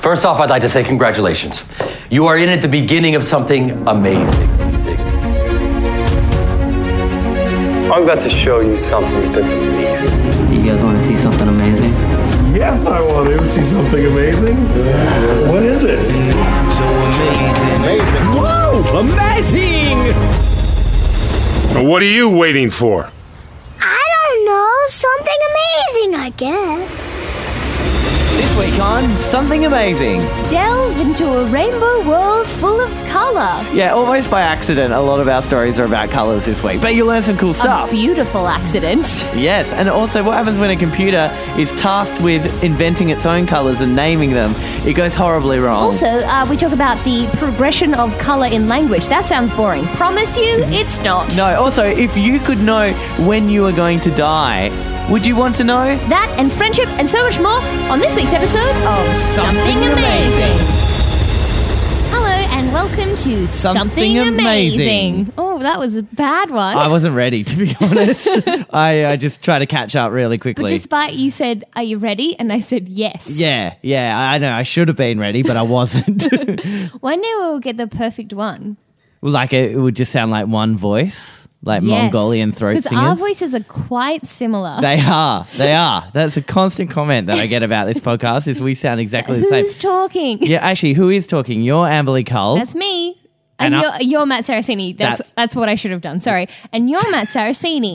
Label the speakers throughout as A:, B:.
A: First off, I'd like to say congratulations. You are in at the beginning of something amazing.
B: I'm about to show you something that's amazing.
C: You guys want to see something amazing?
D: Yes, I want to see something amazing. What is it? So amazing. Amazing. Whoa! Amazing! What are you waiting for?
E: I don't know. Something amazing, I guess.
F: This week on Something Amazing.
G: Delve into a rainbow world full of colour.
F: Yeah, almost by accident, a lot of our stories are about colours this week, but you learn some cool
G: A
F: stuff.
G: beautiful accident.
F: Yes, and also what happens when a computer is tasked with inventing its own colours and naming them? It goes horribly wrong.
G: Also, uh, we talk about the progression of colour in language. That sounds boring. Promise you, it's not.
F: no, also, if you could know when you are going to die, would you want to know?
G: That and friendship and so much more on this week's episode of Something, Amazing. Hello and welcome to Something, amazing.
F: Amazing.
G: Oh, that was a bad one.
F: I wasn't ready, to be honest. I, I just try to catch up really
G: but
F: quickly.
G: despite you said, "Are you ready?" and I said, "Yes."
F: yeah, yeah, I know. I should have been ready, but I wasn't.
G: One day we'll get the perfect one.
F: like it would just sound like one voice, like Mongolian throat
G: Because
F: singers.
G: our voices are quite similar.
F: They are. They are. That's a constant comment that I get about this podcast is we sound exactly the same.
G: Who's talking?
F: Yeah, actually, who is talking? You're Amberly Cole.
G: That's me. And,
F: And I-
G: you're, you're Matt Saracini. That's, that's
F: That's-
G: what I should have done. Sorry. And you're Matt Saracini.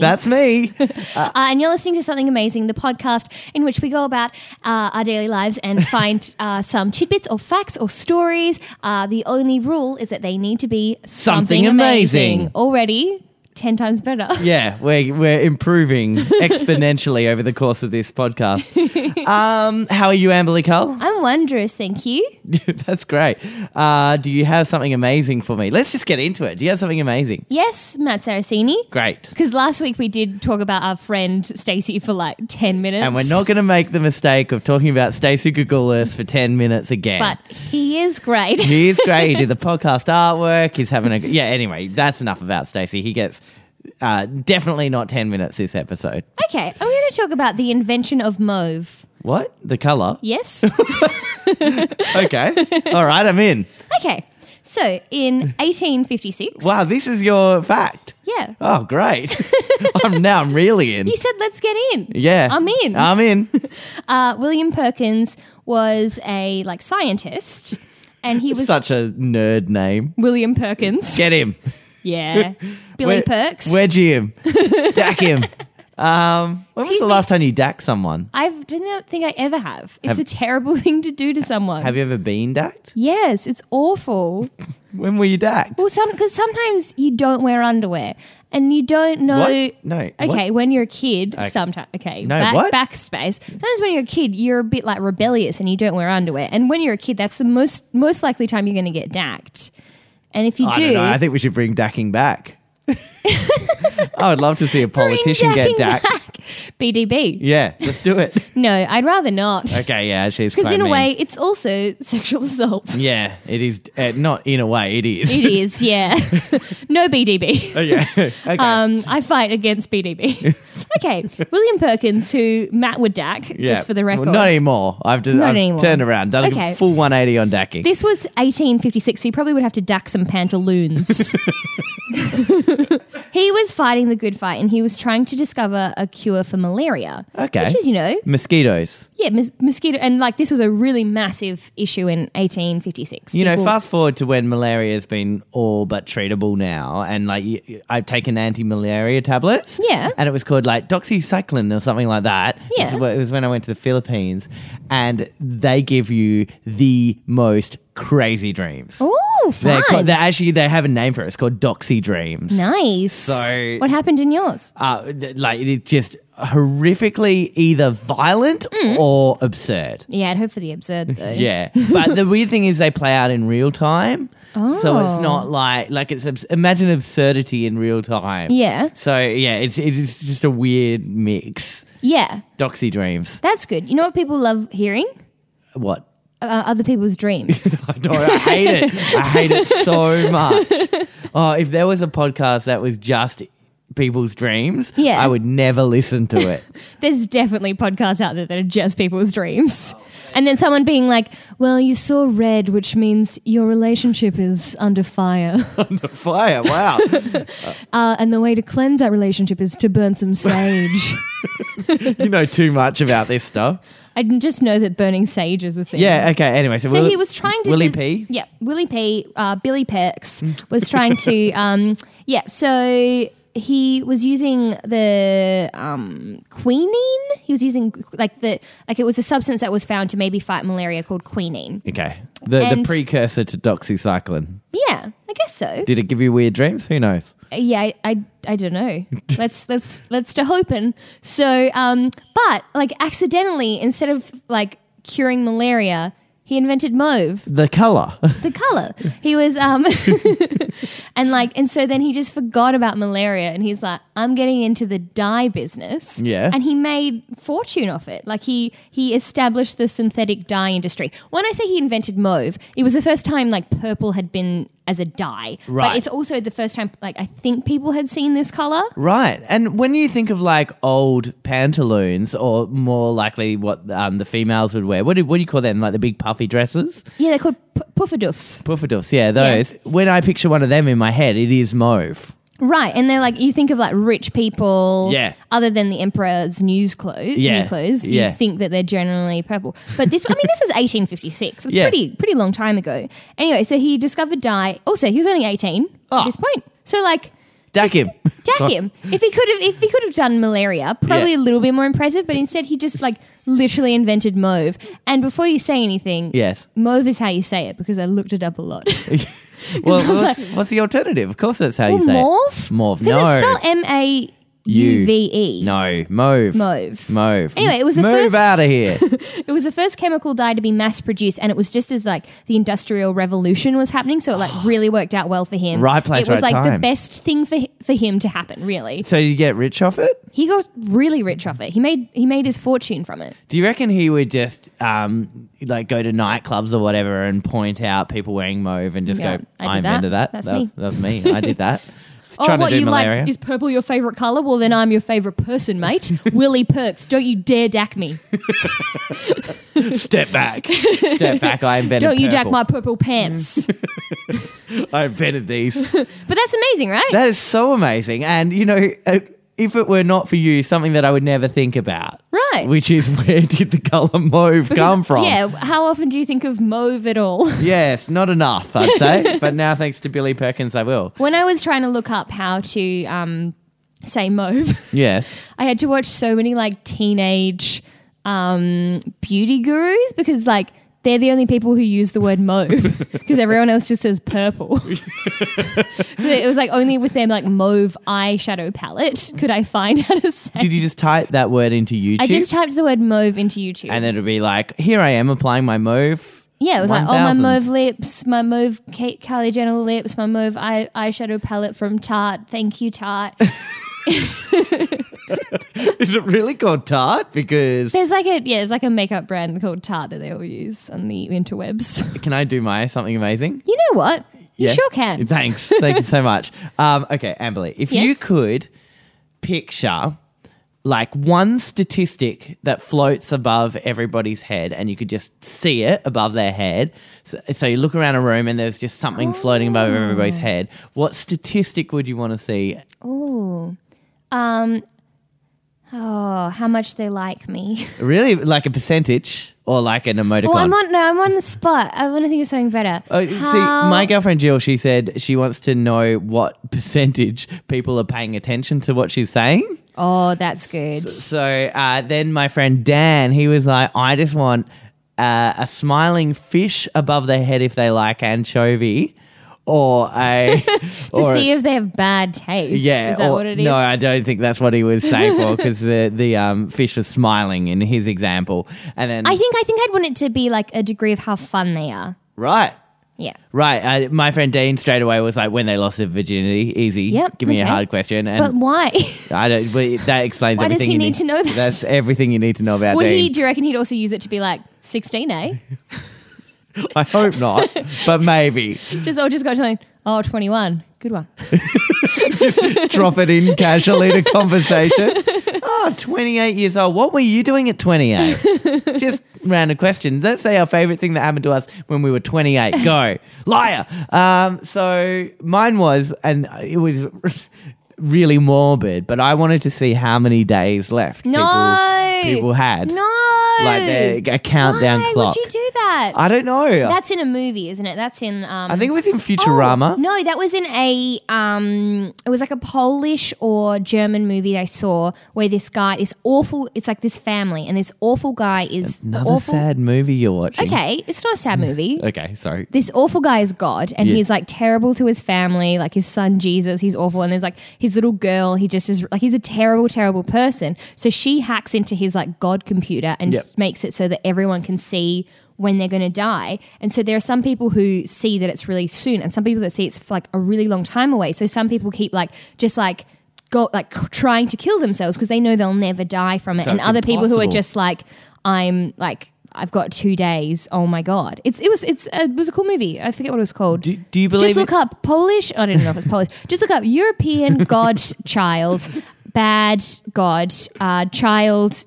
F: That's me.
G: uh, and you're listening to something amazing, the podcast in which we go about uh, our daily lives and find uh, some tidbits or facts or stories. Uh, the only rule is that they need to be
F: Something amazing.
G: Already ten times better.
F: yeah, we're, we're improving exponentially over the course of this podcast. Um, how are you, Amberly Cole?
G: I'm wondrous, thank you.
F: That's great. Uh, do you have something amazing for me? Let's just get into it. Do you have something amazing?
G: Yes, Matt Saracini.
F: Great.
G: Because last week we did talk about our friend Stacey for like ten minutes,
F: And we're not going to make the mistake of talking about Stacey Googleus for 10 minutes again.
G: But he is great.
F: He is great. He did the podcast artwork. He's having a yeah. Anyway, that's enough about Stacey. He gets uh, definitely not ten minutes this episode.
G: Okay, I'm going to talk about the invention of mauve.
F: What the color?
G: Yes?
F: Okay, all right, I'm in.
G: okay. So, in 1856.
F: Wow, this is your fact.
G: Yeah.
F: Oh, great. I'm now. I'm really in.
G: You said, let's get in.
F: Yeah,
G: I'm in.
F: I'm in.
G: Uh, William Perkins was a like scientist and he was
F: Such a nerd name.
G: William Perkins.
F: Get him.
G: Yeah. Billy
F: Where-
G: Perks.
F: Wedge him. Dack him. Um, when was
G: Excuse
F: the
G: me.
F: last time you dacked someone?
G: I don't think I ever have. It's
F: Have-
G: a terrible thing to do to someone.
F: Have you ever been dacked?
G: yes, it's awful.
F: When were you dacked?
G: Well, some because sometimes you don't wear underwear and you don't know.
F: What? No, what?
G: Okay, when you're a kid,
F: Okay.
G: sometimes. Okay,
F: No,
G: back,
F: what?
G: backspace. Sometimes when you're a kid, you're a bit like rebellious and you don't wear underwear. And when you're a kid, that's the most most likely time you're going to get dacked. And if you
F: I
G: do,
F: don't know. I think we should bring dacking back. I would love to see a
G: bring
F: politician get
G: dacking
F: dacked.
G: back. BDB.
F: Yeah, let's do it.
G: No, I'd rather not.
F: okay, yeah, she's
G: Because in a
F: quite
G: way,
F: mean.
G: it's also sexual assault.
F: yeah, it is. Uh, not in a way, it is.
G: It is, yeah. no BDB.
F: yeah. okay.
G: Um, I fight against BDB. okay, William Perkins, who Matt would dack,
F: Yeah.
G: just for the record.
F: Well, not anymore. I've, just,
G: Not
F: I've
G: anymore.
F: turned around, done
G: Okay.
F: a full 180 on dacking.
G: This was 1856, so he probably would have to dack some pantaloons. he was fighting the good fight and he was trying to discover a cure for malaria.
F: Okay.
G: Which is, you know,
F: Mosquitoes.
G: yeah, mos- mosquito. And like this was a really massive issue in 1856.
F: You know,
G: People-
F: fast forward to when malaria has been all but treatable now, and like y- y- I've taken anti-malaria tablets.
G: Yeah.
F: and it was called like doxycycline or something like that.
G: Yeah.
F: This is wh- it was when I went to the Philippines, and they give you the most crazy dreams.
G: Ooh,
F: They're,
G: Oh, fun.
F: ca- they're actually they have a name for it. It's called doxy dreams.
G: nice.
F: So-
G: what happened in yours?
F: Uh, th- like it's just horrifically either violent
G: Mm.
F: or absurd.
G: Yeah, I'd hope for the absurd though.
F: Yeah, but the weird thing is they play out in real time, so it's not like like it's abs- imagine absurdity in real time.
G: Yeah.
F: So yeah, it's it's just a weird mix.
G: Yeah,
F: Doxy dreams.
G: that's good. You know what people love hearing?
F: What?
G: Uh, other people's dreams.
F: I don't. I hate it. I hate it so much. Oh, if there was a podcast that was just people's dreams,
G: Yeah.
F: I would never listen to it.
G: There's definitely podcasts out there that are just people's dreams. And then someone being like, well, you saw red, which means your relationship is under fire.
F: Fire! Wow.
G: Uh, and the way to cleanse that relationship is to burn some sage.
F: you know too much about this stuff.
G: I didn't just know that burning sage is a thing.
F: Yeah. Okay. Anyway, so,
G: So
F: Will-
G: he was trying to
F: Willie
G: do-
F: P. Hmm.
G: Yeah, Willie P. Uh, Billy Perks was trying to. Um, yeah, so he was using the um, quinine. He was using like the like it was a substance that was found to maybe fight malaria called quinine.
F: Okay. The the
G: And-
F: precursor to doxycycline.
G: Yeah, I guess so.
F: Did it give you weird dreams? Who knows?
G: yeah, I, I, I don't know. let's let's let's to hoping. So, um, but like accidentally, instead of like curing malaria, he invented mauve.
F: The color.
G: the color. He was um and like and so then he just forgot about malaria and he's like I'm getting into the dye business.
F: Yeah.
G: And he made fortune off it. Like he he established the synthetic dye industry. When I say he invented mauve, it was the first time like purple had been as a dye.
F: Right.
G: But it's also the first time like I think people had seen this color.
F: Right. And when you think of like old pantaloons, or more likely what um, the females would wear, what do, what do you call them? Like the big puffy dresses?
G: Yeah, they're called p- pufferduffs.
F: Puffaduffs, yeah, those. When I picture one of them in my head, it is mauve.
G: Right. And they're like you think of like rich people
F: Yeah.
G: other than the emperor's news clothes,
F: Yeah.
G: new clothes,
F: Yeah.
G: you think that they're generally purple. But this, I mean, this is 1856. It's
F: Yeah.
G: pretty, pretty long time ago. Anyway, so he discovered dye. Also, he was only 18
F: Ah.
G: at this point. So like,
F: Dack him.
G: dack him. If he could have, if he could have done malaria, probably
F: Yeah.
G: a little bit more impressive. But instead, he just like literally invented mauve. And before you say anything,
F: Yes.
G: mauve is how you say it because I looked it up a lot.
F: Well,
G: I was
F: what's, what's the alternative? Of course, that's how you
G: Well,
F: say
G: Oh, mauve?
F: it. Mauve.
G: Because
F: No.
G: it's spelled M A U V E.
F: no. Mauve.
G: Mauve.
F: Mauve.
G: Anyway, it was the
F: Move
G: first-
F: out of here.
G: It was the first chemical dye to be mass produced, and it was just as like the industrial revolution was happening, so it like really worked out well for him.
F: Right place,
G: It was
F: right
G: like the
F: time.
G: best thing for hi- for him to happen. Really,
F: so you get rich off it?
G: he got really rich off it. He made he made his fortune from it.
F: Do you reckon he would just um, like go to nightclubs or whatever and point out people wearing mauve and just
G: Yeah,
F: go,
G: I did
F: I, invented that.
G: that. That's
F: that,
G: me."
F: Was, that was me. I did that. It's
G: Oh,
F: trying
G: what
F: to do
G: you
F: malaria.
G: like is purple your favorite color? Well, then I'm your favorite person, mate. Willie Perks, don't you dare dack me.
F: Step back. Step back. I invented.
G: Don't you dack
F: purple.
G: my purple pants. but
F: I invented these.
G: that's amazing, right?
F: That is so amazing. And you know, uh, if it were not for you, something that I would never think about.
G: Right.
F: Which is where did the color mauve
G: Because-
F: come from?
G: Yeah, how often do you think of mauve at all?
F: Yes, not enough, I'd say. but now, thanks to Billy Perkins, I will.
G: When I was trying to look up how to um, say mauve,
F: Yes.
G: I had to watch so many like teenage um, beauty gurus because like they're the only people who use the word mauve because everyone else just says purple. so it was like only with their like mauve eyeshadow palette could I find how to say.
F: Did you just type that word into YouTube?
G: I just typed the word mauve into YouTube.
F: and then it'd be like, here I am applying my mauve.
G: yeah, it was like, oh, my
F: 1000s.
G: mauve lips, my mauve Kate Kylie Jenner lips, my mauve eye- eyeshadow palette from Tarte. Thank you, Tarte.
F: Is it really called Tarte? Because
G: There's like a yeah, there's like a makeup brand called Tarte that they all use on the interwebs.
F: can I do my something amazing?
G: You know what? You
F: Yeah.
G: sure can.
F: Thanks. Thank you so much. Um, okay, Amberly, if you
G: Yes?
F: could picture like one statistic that floats above everybody's head and you could just see it above their head. So, so you look around a room and there's just something floating above everybody's head. What statistic would you want to see?
G: Um, Oh, how much they like me.
F: Really? Like a percentage or like an emoticon?
G: Well, I'm on no, I'm on the spot. I want to think of something better.
F: Oh, see, my girlfriend Jill, she said she wants to know what percentage people are paying attention to what she's saying.
G: oh, that's good.
F: So uh, then my friend Dan, he was like, I just want uh, a smiling fish above their head if they like anchovy, or a
G: to
F: or
G: see if they have bad taste.
F: yeah,
G: is that
F: or-
G: what it is?
F: No, I don't think that's what he was saying for because the the um, fish was smiling in his example, and then
G: I think I think I'd want it to be like a degree of how fun they are.
F: right.
G: Yeah.
F: Right, uh, my friend Dean straight away was like, "When they lost their virginity, easy.
G: Yep,
F: give me a
G: okay.
F: hard question." And
G: But why?
F: I don't. But that explains
G: Why does
F: everything.
G: he
F: you
G: need to know that?
F: That's everything you need to know about
G: Would
F: Dean.
G: he? Do you reckon he'd also use it to be like 16, eh?
F: I hope not, but maybe.
G: Oh, Just or just go to like, oh, 21. Good one.
F: just drop it in casually to conversations. Oh, 28 years old. What were you doing at 28? just random question. Let's say our favorite thing that happened to us when we were 28. Go. Liar. Um, so mine was, and it was really morbid, but I wanted to see how many days left
G: No.
F: people, people had.
G: No.
F: Like the- a countdown
G: Why
F: clock.
G: would you do that?
F: I don't know.
G: That's in a movie, isn't it? That's in. Um,
F: I think it was in
G: Oh,
F: Futurama.
G: no, that was in a um it was like a Polish or German movie I saw where this guy is awful it's like this family and this awful guy is the
F: Another
G: awful
F: sad movie you're watching.
G: Okay, it's not a sad movie.
F: Okay, sorry.
G: This awful guy is God, and
F: Yeah.
G: he's like terrible to his family, like his son Jesus. He's awful, and there's like his little girl. He just is like he's a terrible, terrible person. So she hacks into his like God computer and
F: Yep.
G: makes it so that everyone can see when they're going to die. And so there are some people who see that it's really soon, and some people that see it's for, like a really long time away. So some people keep like just like. Go, like trying to kill themselves because they know they'll never die from it,
F: So
G: and
F: it's
G: other people who are
F: impossible.
G: just like I'm like I've got two days. Oh my god! It's it was it's it was a cool movie. I forget what it was called.
F: Do, do you believe
G: Just look
F: it?
G: up Polish. I don't know if it's Polish. Just look up European God child, bad God uh, child,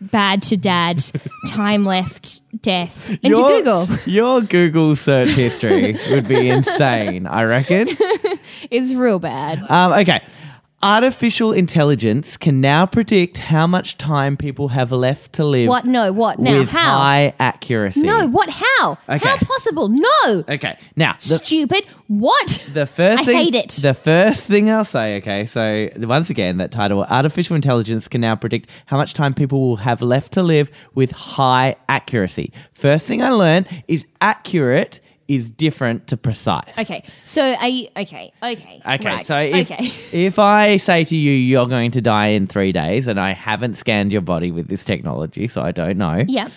G: bad to dad, time left death into
F: your,
G: Google.
F: Your Google search history would be insane, I reckon.
G: It's real bad.
F: Um, okay. Artificial intelligence can now predict how much time people have left to live
G: what? No. What now?
F: with
G: How?
F: high accuracy.
G: no. What? How?
F: Okay.
G: How possible? No.
F: Okay. Now, the,
G: Stupid. What?
F: The first
G: I
F: thing,
G: hate it.
F: The first thing I'll say, okay, so once again, that title, artificial intelligence can now predict how much time people will have left to live with high accuracy. First thing I learned is accurate is different to precise.
G: Okay. So are you okay? Okay.
F: Okay,
G: Right.
F: so if,
G: okay.
F: if I say to you, you're going to die in three days, and I haven't scanned your body with this technology, so I don't know,
G: Yep.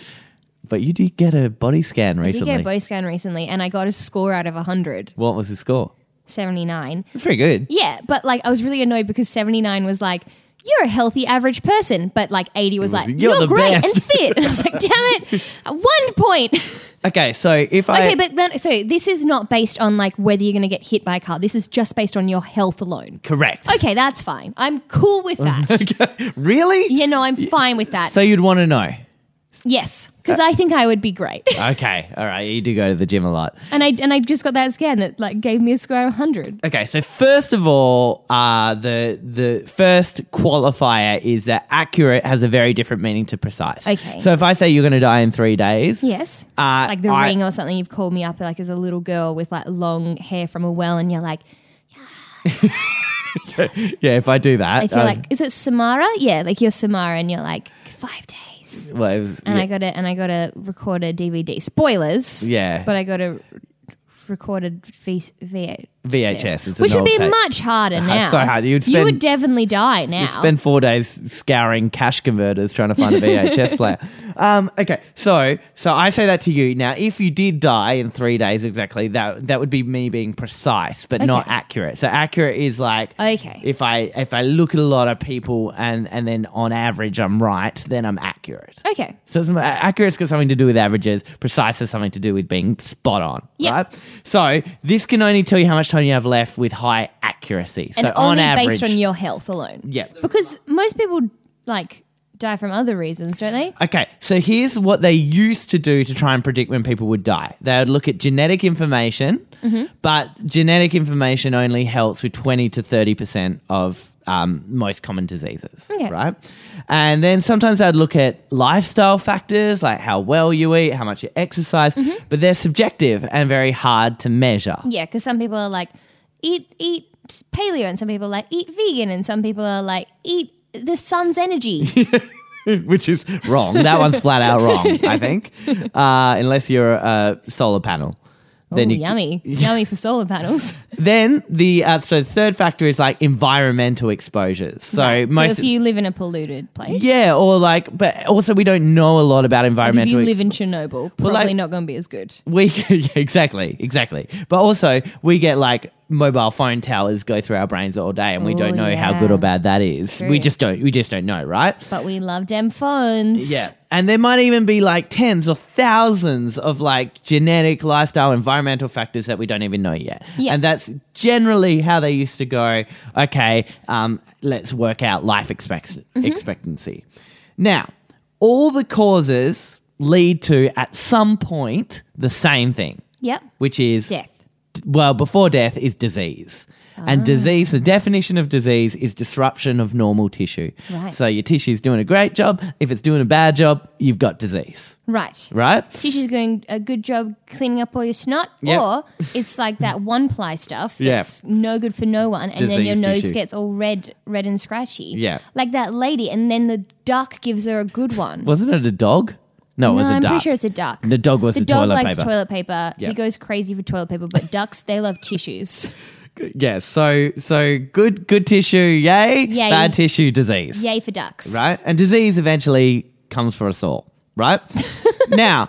F: but you did get a body scan
G: I did
F: recently.
G: get a body scan recently and I got a score out of 100,
F: what was the score?
G: 79.
F: It's pretty good.
G: Yeah, but like I was really annoyed because 79 was like, you're a healthy average person, but like 80 was like,
F: You're
G: you're,
F: the
G: great
F: best."
G: and fit. And I was like, damn it, one point.
F: Okay, so if I.
G: okay, but then, so this is not based on like whether you're going to get hit by a car. This is just based on your health alone.
F: correct.
G: Okay, that's fine. I'm cool with that.
F: Really?
G: you know, I'm fine with that.
F: So you'd want to know.
G: yes, because I think I would be great.
F: Okay. All right. You do go to the gym a lot.
G: and I and I just got that scan that like gave me a score of 100.
F: Okay. So first of all, uh, the the first qualifier is that accurate has a very different meaning to precise.
G: Okay.
F: So if I say you're going to die in three days,
G: Yes.
F: Uh,
G: like the
F: I-
G: ring or something. You've called me up like as a little girl with like long hair from a well, and you're like,
F: yeah. If I do that,
G: if you're
F: um,
G: like, is it Samara? Yeah, like you're Samara, and you're like five days.
F: well, it was-
G: And
F: yeah.
G: I got to and I got to record a DVD. Spoilers.
F: Yeah.
G: But I got to recorded v- v-
F: VHS, it's
G: which
F: an
G: would be
F: old tape. Uh,
G: much harder now.
F: so hard. You'd
G: you
F: spend-
G: would definitely die now.
F: Spend four days scouring cash converters trying to find a VHS player. Um, okay, so so I say that to you now. If you did die in three days exactly, that that would be me being precise, but not
G: Okay.
F: accurate. So accurate is like
G: Okay.
F: If I if I look at a lot of people and and then on average I'm right, then I'm accurate.
G: okay.
F: So it's, accurate's got something to do with averages. Precise has something to do with being spot on.
G: Yeah.
F: Right? So this can only tell you how much time you have left with high accuracy.
G: And
F: so on
G: only
F: average,
G: based on your health alone.
F: Yeah.
G: Because most people like die from other reasons, don't they?
F: Okay, so here's what they used to do to try and predict when people would die. They would look at genetic information, but genetic information only helps with 20 to 30% of um, most common diseases,
G: Okay.
F: right? And then sometimes they'd look at lifestyle factors like how well you eat, how much you exercise, but they're subjective and very hard to measure.
G: Yeah, because some people are like, eat eat paleo, and some people are like eat vegan, and some people are like eat the sun's energy.
F: which is wrong. That one's flat out wrong, I think. Uh, unless you're a solar panel.
G: Ooh,
F: Then you,
G: yummy, yummy for solar panels.
F: Then the uh, so the third factor is like environmental exposures. So
G: so
F: most
G: if you live in a polluted place,
F: yeah, or like, but also we don't know a lot about
G: like if
F: environmental.
G: you
F: ex-
G: live in Chernobyl, probably
F: like-
G: not going to be as good.
F: we yeah, exactly exactly, but also we get like mobile phone towers go through our brains all day, and we
G: Oh,
F: don't know
G: yeah.
F: how good or bad that is.
G: True.
F: We just don't. We just don't know, right?
G: But we love them phones.
F: Yeah. And there might even be like tens or thousands of like genetic, lifestyle, environmental factors that we don't even know yet.
G: Yeah.
F: And that's generally how they used to go, okay, um, let's work out life expect-
G: Mm-hmm.
F: expectancy. Now, all the causes lead to, at some point, the same thing,
G: Yep.
F: which is
G: Death.
F: well, before death is disease.
G: Ah.
F: And disease, the definition of disease is disruption of normal tissue.
G: Right.
F: So your tissue's doing a great job. If it's doing a bad job, you've got disease,
G: Right.
F: right?
G: Tissue's doing a good job cleaning up all your snot,
F: Yep.
G: or it's like that one ply stuff
F: Yeah.
G: that's no good for no one, and then your
F: Diseased
G: nose
F: tissue.
G: gets all red, red and scratchy.
F: Yeah.
G: like that lady, and then the duck gives her a good one.
F: Wasn't it a dog? No, it was
G: no,
F: a
G: I'm
F: duck.
G: pretty sure it's a duck.
F: The dog was
G: the
F: the
G: dog
F: toilet
G: likes
F: paper.
G: toilet paper.
F: Yeah.
G: He goes crazy for toilet paper, but ducks they love tissues.
F: yeah, so so good good tissue, yay.
G: Yay.
F: Bad tissue, disease.
G: Yay for ducks!
F: Right? And disease eventually comes for us all, right? now,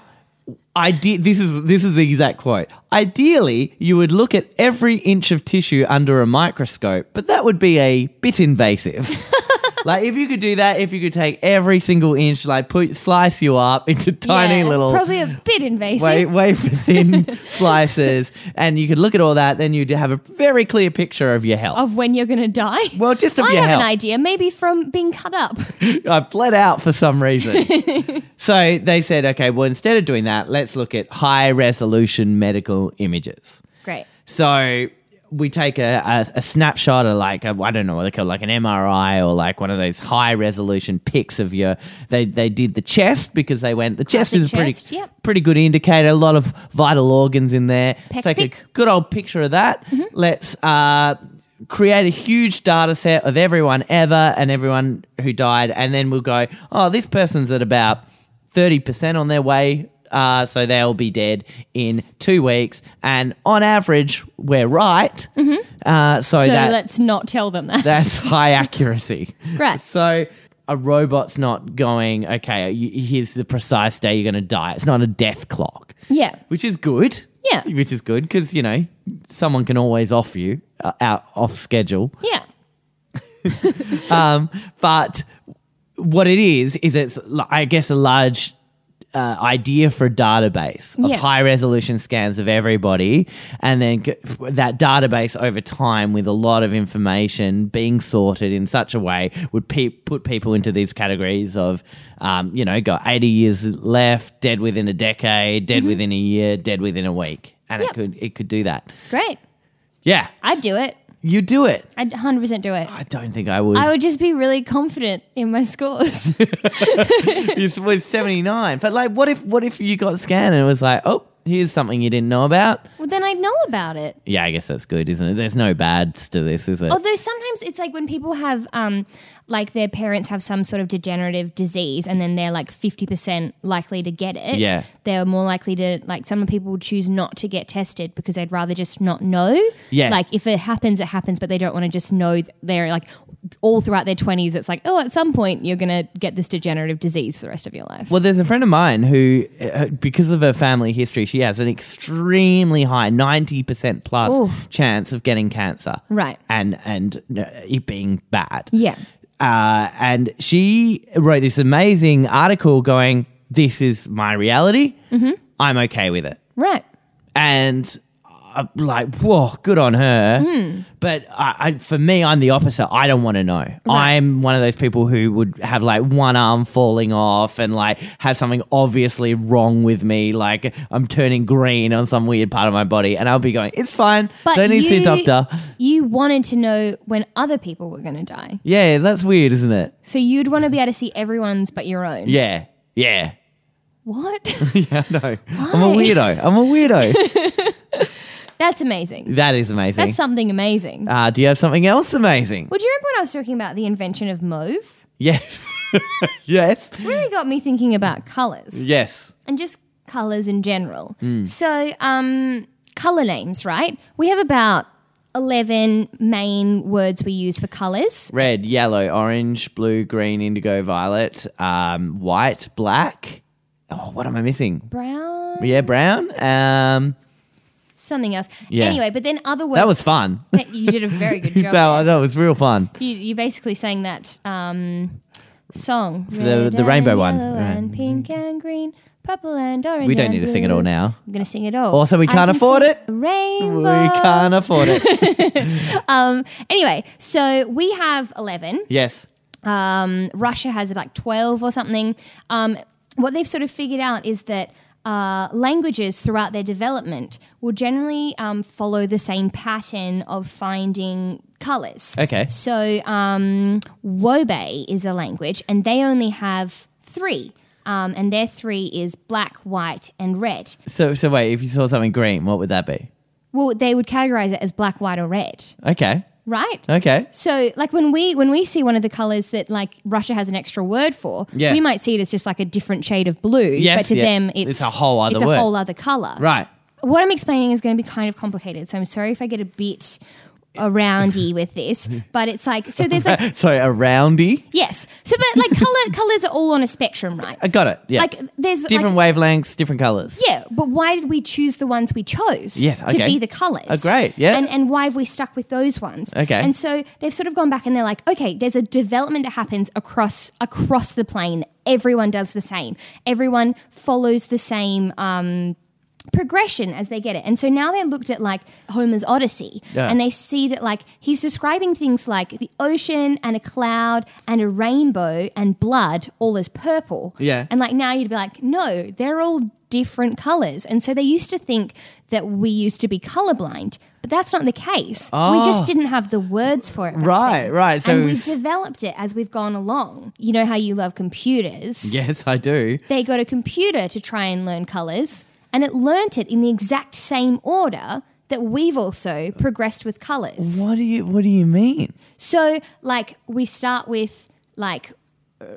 F: I did this is this is the exact quote. Ideally, you would look at every inch of tissue under a microscope, but that would be a bit invasive. like if you could do that, if you could take every single inch, like put slice you up into tiny
G: Yeah,
F: little
G: probably a bit invasive.
F: way, way thin slices, and you could look at all that, then you'd have a very clear picture of your health.
G: of when you're going to die.
F: Well, just of
G: I
F: your
G: have
F: health.
G: an idea. Maybe from being cut up.
F: I bled out for some reason. so they said, okay, well, instead of doing that, let's look at high resolution medical images.
G: Great.
F: So we take a, a, a snapshot of like I I don't know what they call it, like an MRI or like one of those high resolution pics of your. They they did the chest because they went the chest
G: Classic
F: is a pretty
G: chest, yep.
F: pretty good indicator. A lot of vital organs in there.
G: Peck Mm-hmm.
F: Let's take
G: pic.
F: a good old picture of that. Let's. Uh, Create a huge data set of everyone ever and everyone who died, and then we'll go, oh, this person's at about 30% on their way. Uh, so they'll be dead in two weeks. And on average, we're right. Uh, so
G: Mm-hmm. So
F: that,
G: let's not tell them that.
F: that's high accuracy.
G: Right.
F: So a robot's not going, okay, you- here's the precise day you're going to die. It's not a death clock,
G: yeah.
F: which is good.
G: Yeah.
F: Which is good because, you know, someone can always off you uh, out off schedule.
G: Yeah.
F: But what it is is it's l- I guess a large uh, idea for a database of
G: Yeah.
F: high resolution scans of everybody, and then c- that database over time with a lot of information being sorted in such a way would pe- put people into these categories of, um, you know, got eighty years left, dead within a decade, dead within a year, dead within a week, and
G: Mm-hmm. Yep.
F: it could it could do that.
G: Great.
F: Yeah,
G: I'd do it.
F: you do it.
G: I'd 100% do it.
F: I don't think I would.
G: I would just be really confident in my scores.
F: it was 79 but like what if what if you got scanned and it was like oh here's something you didn't know about
G: well, then I'd know about it.
F: yeah i guess that's good isn't it there's no bads to this is it
G: Although sometimes it's like when people have, um, like their parents have some sort of degenerative disease, and then they're like fifty percent likely to get it.
F: Yeah.
G: they're more likely to like. Some people would choose not to get tested because they'd rather just not know.
F: Yeah.
G: like if it happens, it happens, but they don't want to just know. th- They're like all throughout their twenties. It's like, oh, at some point you're gonna get this degenerative disease for the rest of your life.
F: well there's a friend of mine who uh, because of her family history she has an extremely high 90% plus
G: Ooh.
F: chance of getting cancer
G: Right.
F: and and uh, it being bad
G: Yeah.
F: uh, and she wrote this amazing article going this is my reality
G: Mm-hmm.
F: i'm okay with it
G: Right.
F: and I'm like, whoa, good on her.
G: Hmm.
F: But I, I, for me, I'm the opposite. I don't want to know. I'm one of those people who would have like one arm falling off and like have something obviously wrong with me. Like I'm turning green on some weird part of my body, and I'll be going, it's fine.
G: But
F: don't need to see a
G: you-
F: doctor.
G: You wanted to know when other people were going to die.
F: Yeah, that's weird, isn't it?
G: So you'd want to be able to see everyone's but your own.
F: Yeah, yeah.
G: What?
F: Yeah, no. I'm a
G: Why?
F: weirdo. I'm a weirdo.
G: That's amazing.
F: that is amazing.
G: That's something amazing.
F: uh, do you have something else amazing?
G: well, do you remember when I was talking about the invention of mauve?
F: Yes. yes.
G: Really got me thinking about colors
F: Yes.
G: and just colors in general.
F: Hmm.
G: So, um, color names, right? We have about 11 main words we use for colors.
F: red, yellow, orange, blue, green, indigo, violet, um, white, black. Oh, what am I missing?
G: Brown,
F: Yeah, brown. Um,
G: something else.
F: Yeah.
G: Anyway, but then other words.
F: That was fun.
G: You did a very good
F: that,
G: job.
F: that was real fun.
G: You, you basically sang that um, song.
F: the- the rainbow
G: and
F: one.
G: yellow
F: Right.
G: And pink and green, purple and orange.
F: We don't
G: and
F: need to sing it
G: blue.
F: all now.
G: I'm going to sing it all.
F: Also, we
G: I
F: can't
G: can
F: afford
G: sing
F: it.
G: the Rainbow.
F: We can't afford it.
G: Anyway, so we have 11.
F: yes.
G: Um, Russia has like 12 or something. Um, what they've sort of figured out is that uh, languages throughout their development will generally um, follow the same pattern of finding colors.
F: Okay.
G: So um, Wobe is a language, and they only have three. Um, and their three is black, white, and red.
F: So so wait, if you saw something green, what would that be?
G: Well, they would categorize it as black, white, or red,
F: Okay.
G: right?
F: Okay.
G: So, like when we when we see one of the colors that like Russia has an extra word for,
F: Yeah.
G: we might see it as just like a different shade of blue.
F: Yes,
G: but to
F: yeah.
G: them, it's,
F: It's a whole other
G: it's a
F: word.
G: whole other color.
F: Right.
G: What I'm explaining is going to be kind of complicated, so I'm sorry if I get a bit aroundy with this. But it's like so there's like
F: Sorry, a roundy.
G: yes, so but like color colors are all on a spectrum, right?
F: I got it. Yeah.
G: Like there's
F: different
G: like,
F: wavelengths, different colors.
G: yeah, but why did we choose the ones we chose
F: Yes,
G: to
F: okay.
G: be the colours?
F: Oh, great, yeah.
G: And, and why have we stuck with those ones?
F: Okay.
G: And so they've sort of gone back and they're like, okay, there's a development that happens across across the plane. Everyone does the same. Everyone follows the same um, progression as they get it. And so now they looked at like Homer's Odyssey
F: Yeah.
G: and they see that like he's describing things like the ocean and a cloud and a rainbow and blood all as purple.
F: Yeah.
G: And like now you'd be like, no, they're all different colors. And so they used to think that we used to be colorblind, but that's not the case. We just didn't have the words for it. back
F: Oh. Right,
G: then.
F: right. So
G: and
F: it's-
G: we've developed it as we've gone along. You know how you love computers?
F: Yes, I do.
G: they got a computer to try and learn colors, and it learnt it in the exact same order that we've also progressed with colors.
F: What do you What do you mean?
G: So, like, we start with like.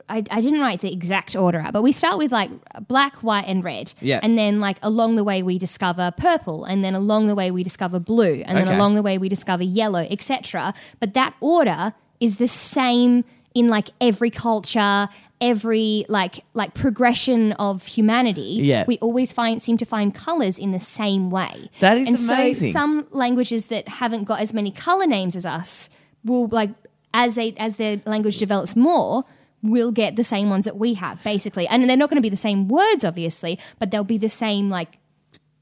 G: I, I didn't write the exact order out, but we start with like black, white, and red.
F: Yeah.
G: And then, like, along the way, we discover purple. And then along the way, we discover blue. And then
F: Okay.
G: along the way, we discover yellow, etc. But that order is the same in like every culture, every like like progression of humanity.
F: Yeah.
G: We always find seem to find colors in the same way.
F: That is
G: and
F: amazing.
G: so some languages that haven't got as many color names as us will like as they as their language develops more will get the same ones that we have basically and they're not going to be the same words obviously but they'll be the same like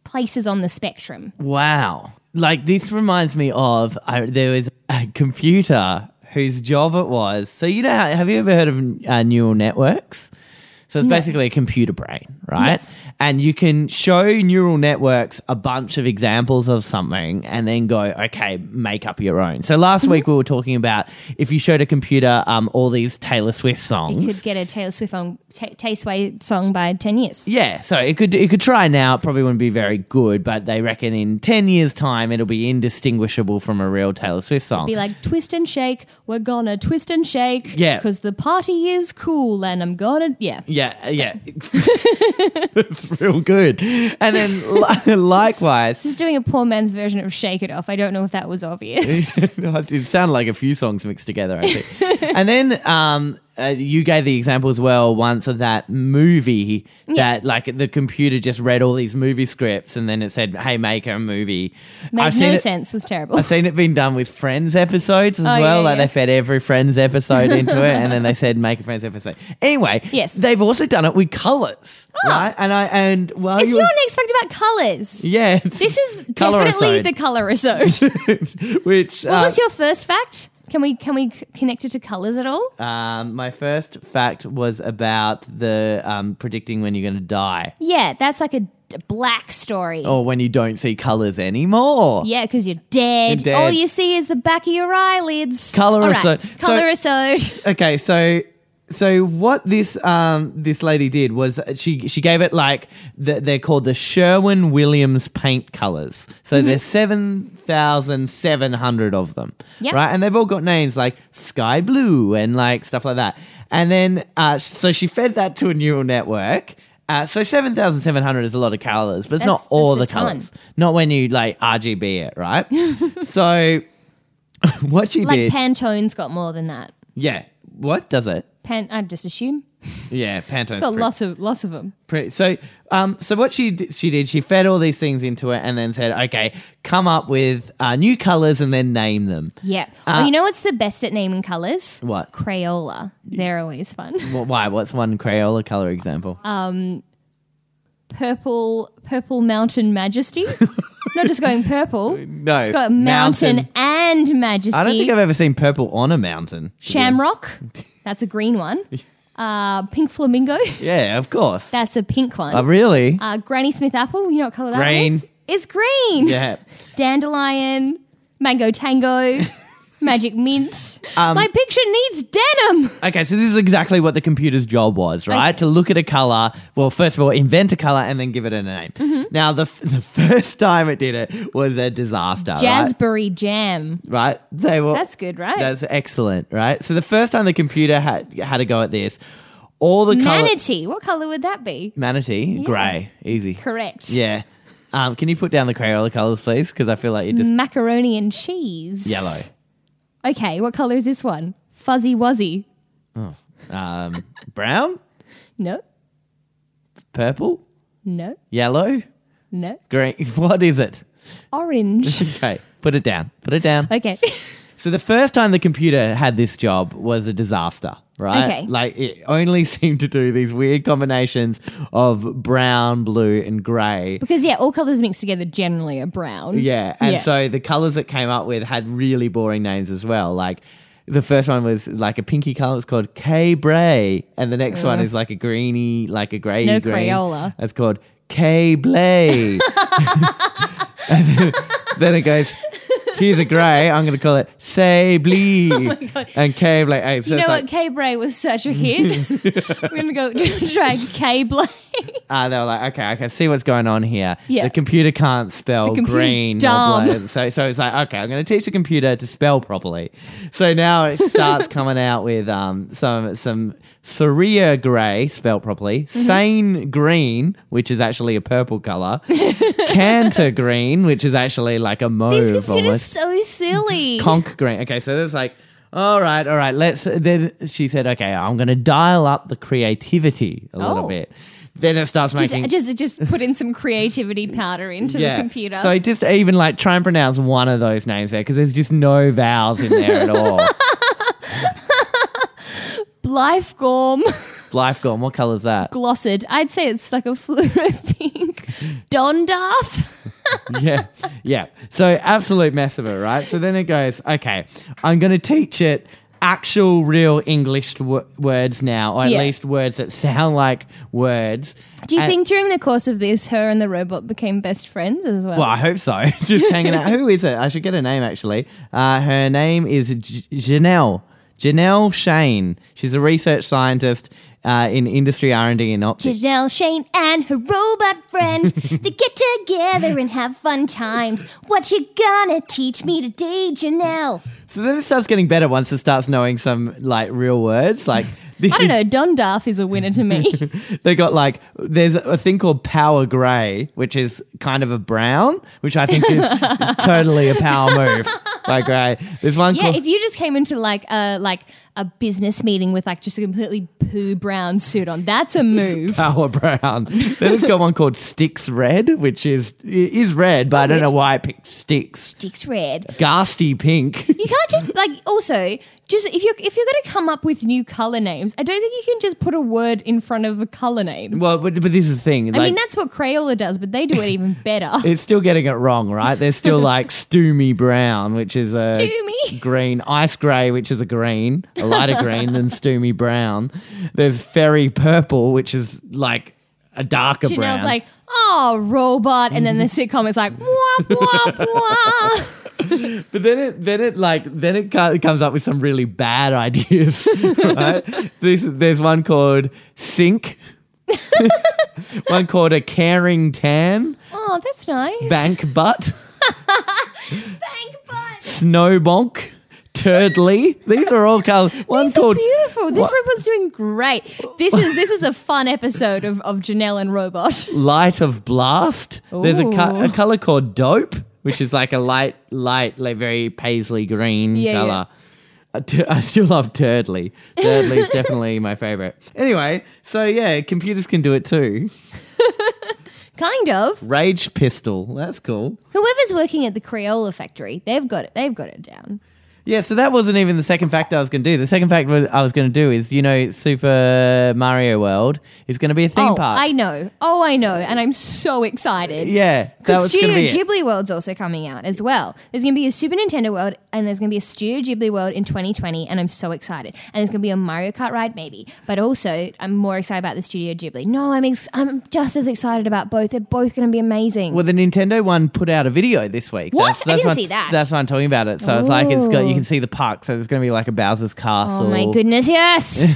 G: places on the spectrum
F: Wow. Like this reminds me of I, there was a computer whose job it was. So you know, how, have you ever heard of uh, neural networks? So it's basically a computer brain, right?
G: Yes.
F: And you can show neural networks a bunch of examples of something and then go, okay, make up your own. So last
G: Mm-hmm.
F: week we were talking about if you showed a computer um, all these Taylor Swift songs.
G: you could get a taylor swift on Ta tasteway song by 10 years
F: Yeah, so it could it could try now. It probably wouldn't be very good, but they reckon in ten years' time it'll be indistinguishable from a real Taylor Swift song.
G: be like twist and shake we're gonna twist and shake
F: Yeah.
G: because the party is cool and i'm gonna yeah
F: yeah, yeah, it's real good. And then li- likewise,
G: just doing a poor man's version of shake it off i don't know if that was obvious
F: it sounded like a few songs mixed together. I think. and then um, uh, you gave the example as well once of that movie that like the computer just read all these movie scripts and then it said, "Hey, make a movie."
G: made
F: I've seen
G: no
F: it-
G: sense was terrible
F: I've seen it being done with Friends episodes as
G: Oh,
F: well.
G: yeah,
F: like
G: yeah.
F: they fed every Friends episode into it, and then they said make a Friends episode. Anyway,
G: Yes. Oh.
F: they've also done it with colours, right? And I and well,
G: It's your next fact about colours.
F: yeah, it's
G: This is
F: colour-isode,
G: definitely the colour
F: Uh,
G: episode.
F: which
G: what
F: uh,
G: was your first fact? Can we can we c- connect it to colours at all?
F: um, my first fact was about the um, predicting when you're going to die
G: yeah, that's like a d- black story.
F: or when you don't see colours anymore.
G: Yeah, because you're dead.
F: You're dead.
G: All you see is the back of your eyelids.
F: Colour
G: All
F: episode. So-
G: Colour episode.
F: okay so so what this um this lady did was she she gave it like the, they're called the Sherwin Williams paint colors. So
G: Mm-hmm.
F: there's seven thousand seven hundred of them,
G: Yep.
F: right? And they've all got names like sky blue and like stuff like that. And then uh, so she fed that to a neural network. Uh, so seven thousand seven hundred is a lot of colors, but it's
G: That's-
F: not all the
G: that's a ton.
F: colors. Not when you like RGB it, right? so what she
G: Like
F: did,
G: Pantone's got more than that.
F: yeah. What does it?
G: Pan, I just assume.
F: Yeah, Pantone's
G: Got
F: pretty-
G: lots of lots of them.
F: pretty. So, um, so what she d- she did, she fed all these things into it, and then said, "Okay, come up with uh, new colors and then name them."
G: Yeah. well, you know what's the best at naming colors?
F: Uh, What?
G: Crayola. They're always fun.
F: Wh- Why? What's one Crayola color example?
G: Uh, purple purple mountain majesty. Not just going purple.
F: No,
G: It's got mountain,
F: mountain.
G: and majesty.
F: I don't think I've ever seen purple on a mountain.
G: Shamrock. That's a green one. Uh, pink flamingo.
F: Yeah, of course.
G: That's a pink one.
F: Uh, really?
G: Uh, Granny Smith apple. You know what color that
F: Green.
G: is? It's green.
F: yeah.
G: Dandelion, mango tango, magic mint.
F: Um,
G: My picture needs denim.
F: Okay, so this is exactly what the computer's job was, right?
G: Okay.
F: To look at a color. Well, first of all, invent a color and then give it a name.
G: Mm-hmm.
F: Now, the, f- the first time it did it was a disaster. right?
G: Jazzberry jam.
F: right? They were.
G: That's good, right?
F: That's excellent, right? So the first time the computer had had a go at this, all the color
G: Manatee. What color would that be?
F: manatee, grey, easy,
G: Correct.
F: yeah. Um, can you put down the Crayola colors, please? Because I feel like you're just
G: Macaroni and cheese.
F: yellow.
G: Okay, what color is this one? Fuzzy wuzzy. Mm.
F: Um, brown,
G: No,
F: purple,
G: no,
F: yellow,
G: no.
F: green. What is it?
G: Orange.
F: Okay, put it down. Put it down.
G: okay.
F: So the first time the computer had this job was a disaster, right?
G: Okay.
F: Like it only seemed to do these weird combinations of brown, blue, and grey.
G: because, yeah, all colors mixed together generally are brown.
F: Yeah, and
G: Yeah.
F: so the colors it came up with had really boring names as well. Like the first one was like a pinky color. It's called K Bray, and the next one is like a greeny, like a grey.
G: Uh. No
F: green.
G: Crayola.
F: It's called K Blay. And then, then it goes. Here's a grey. I'm going to call it Sablee. and K Blay. Hey, so
G: Oh You know
F: it's
G: what?
F: like,
G: K Bray was such a hit. We're going to go try K Bray.
F: Ah, they were like, okay, I can see what's going on here.
G: Yeah.
F: The computer can't spell
G: The computer's
F: green. or
G: dumb.
F: blue. So, so it's like, okay, I'm going to teach the computer to spell properly. So now it starts coming out with um, some some Saria grey spelled properly,
G: Mm-hmm.
F: Sane green, which is actually a purple color, Canter green, which is actually like a mauve.
G: This computer's
F: almost.
G: so silly.
F: Conk green. Okay, so there's like, all right, all right. Let's. Then she said, okay, I'm going to dial up the creativity a little
G: Oh.
F: bit. Then it starts
G: just,
F: making
G: just, just put in some creativity powder into the computer.
F: So just even like try and pronounce one of those names there because there's just no vowels in there at all.
G: Life Gorm.
F: Life gone. What colour's that?
G: Glossed. I'd say it's like a fluoro pink. Dondarf.
F: yeah, yeah. So absolute mess of it, right? So then it goes, okay, I'm going to teach it actual real English w- words now, or at
G: Yeah.
F: least words that sound like words.
G: Do you
F: And-
G: think during the course of this, her and the robot became best friends as well?
F: Well, I hope so. Just hanging out. Who is it? I should get a name actually. Uh, her name is J- Janelle. Janelle Shane. She's a research scientist uh, in industry R and D in optics.
G: Janelle, Shane, and her robot friend. they get together and have fun times. What you gonna teach me today, Janelle?
F: so then it starts getting better once it starts knowing some like real words. Like this
G: I don't know. Dondarf is a winner to me.
F: is they got like there's a thing called power grey, which is kind of a brown, which I think is totally a power move. Like grey. There's one
G: yeah,
F: called
G: if you just came into like a like a business meeting with like just a completely poo brown suit on, that's a move.
F: Power Brown. then it's got one called Sticks Red, which is i- is red, but I don't know why I picked Sticks.
G: Dick's red.
F: Ghasty Pink.
G: You can't just like also just if you are if you're going to come up with new color names, I don't think you can just put a word in front of a color name.
F: well, but, but this is the thing. Like,
G: I mean, that's what Crayola does, but they do it even better.
F: it's still getting it wrong, right? They're still like Stoomy Brown, which is a
G: Stoomy.
F: green, Ice Grey, which is a green, a lighter green than Stoomy Brown. There's Fairy Purple, which is like a darker brown. Mm-hmm.
G: Janelle's like, oh, robot. And then the sitcom is like, wah, wah, wah.
F: But then it then it like then it co- comes up with some really bad ideas, right? There's there's one called sink, one called a caring tan,
G: Oh, that's nice.
F: bank butt,
G: Bank butt.
F: snow bonk, turdly. These are all colours. One
G: These are
F: called
G: beautiful. This
F: what-
G: robot's doing great. This is this is a fun episode of, of Janelle and Robot.
F: light of blast. There's a, co-
G: Ooh.
F: a color called dope, which is like a light light like very paisley green
G: Yeah, yeah.
F: color. I tu- I still love Turdley. Turdley's definitely my favorite. Anyway, so yeah, computers can do it too.
G: Kind of.
F: Rage pistol. That's cool.
G: Whoever's working at the Crayola factory, they've got it. They've got it down.
F: Yeah, so that wasn't even the second fact I was going to do. The second fact was- I was going to do is, you know, Super Mario World is going to be a theme
G: oh,
F: park.
G: I know. Oh, I know. And I'm so excited.
F: yeah, that
G: Because
F: was going
G: Studio
F: to be it.
G: Ghibli World's also coming out as well. There's going to be a Super Nintendo World and there's going to be a Studio Ghibli World in 2020, and I'm so excited. And there's going to be a Mario Kart ride, maybe. But also, I'm more excited about the Studio Ghibli. No, I'm ex- I'm just as excited about both. They're both going to be amazing.
F: Well, the Nintendo one put out a video this week.
G: What?
F: That's,
G: I
F: that's
G: didn't
F: what-
G: see that.
F: That's why I'm talking about it. So it's like it's got you
G: Ooh.
F: can see the park. So there's going to be like a Bowser's Castle.
G: oh my goodness, yes!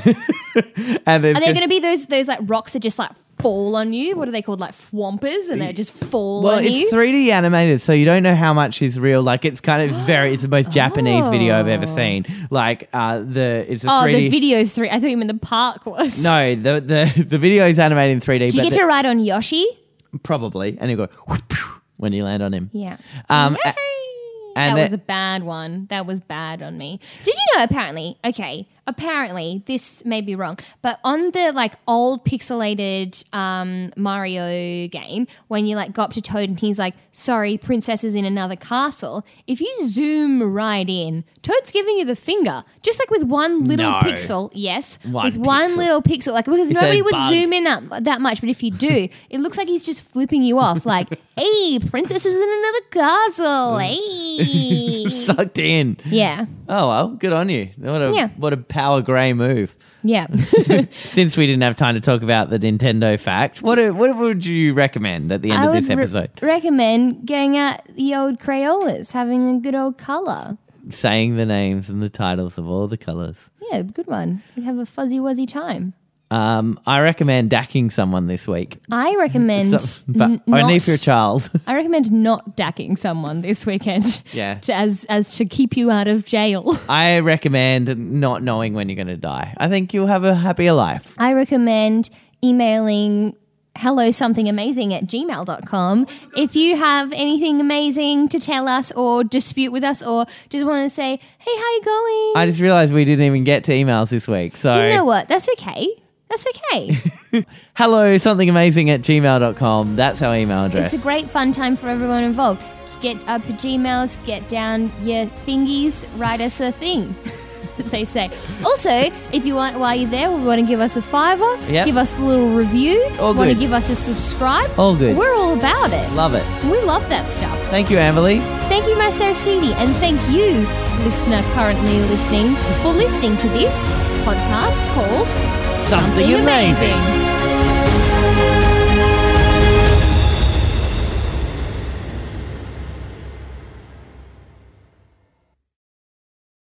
F: And there's
G: Are they
F: gonna-
G: going to be those those like rocks that just like fall on you? What are they called? Like fwompers, and they just fall
F: well,
G: on
F: it's
G: you.
F: 3D animated, so you don't know how much is real. Like it's kind of it's very. It's the most Japanese video I've ever seen. Like uh, the it's a
G: oh,
F: 3D.
G: the video's three. I thought you meant the park was.
F: no, the the the video is animated in 3D.
G: Do you
F: but
G: get
F: the-
G: to ride on Yoshi?
F: probably and you go whoop, phew, when you land on him.
G: Yeah.
F: Um, a- and
G: that
F: the-
G: was a bad one. That was bad on me. Did you know? Apparently, okay. Apparently, this may be wrong, but on the like old pixelated um, Mario game, when you like go up to Toad and he's like, "Sorry, princess is in another castle." If you zoom right in, Toad's giving you the finger, just like with one little
F: No.
G: pixel. Yes,
F: One
G: with one
F: pixel.
G: little pixel, like because
F: a
G: nobody would
F: bug.
G: zoom in that, that much. But if you do, it looks like he's just flipping you off, like, "Hey, princess is in another
F: Mm.
G: castle." Hey.
F: Sucked in.
G: Yeah.
F: Oh well, good on you. What a
G: Yeah.
F: what a power grey move.
G: Yeah.
F: Since we didn't have time to talk about the Nintendo fact, what what would you recommend at the end
G: I
F: of
G: would
F: this
G: re-
F: episode?
G: recommend getting out the old Crayolas, having a good old colour.
F: Saying the names and the titles of all the colours.
G: Yeah, good one. We'd have a fuzzy wuzzy time.
F: Um, I recommend dacking someone this week,
G: I recommend
F: So- but
G: n-
F: only
G: not-
F: if you're a child.
G: I recommend not dacking someone this weekend.
F: Yeah.
G: To, as as to keep you out of jail.
F: I recommend not knowing when you're going to die. I think you'll have a happier life.
G: I recommend emailing hello something amazing at gmail.com if you have anything amazing to tell us or dispute with us or just want to say hey how you going
F: I just realised we didn't even get to emails this week. So
G: You know what? That's okay. That's okay.
F: hello, something amazing at gmail.com. That's our email address.
G: it's a great fun time for everyone involved. Get up your Gmails, get down your thingies, write us a thing, as they say. Also, if you want, while you're there, we want to give us a fiver,
F: Yep.
G: give us a little review,
F: All
G: want
F: good.
G: to give us a subscribe.
F: All good.
G: We're all about it.
F: Love it.
G: we love that stuff.
F: Thank you, Amberly.
G: Thank you, my Sarasini, and thank you, listener currently listening, for listening to this podcast called
F: Something Amazing.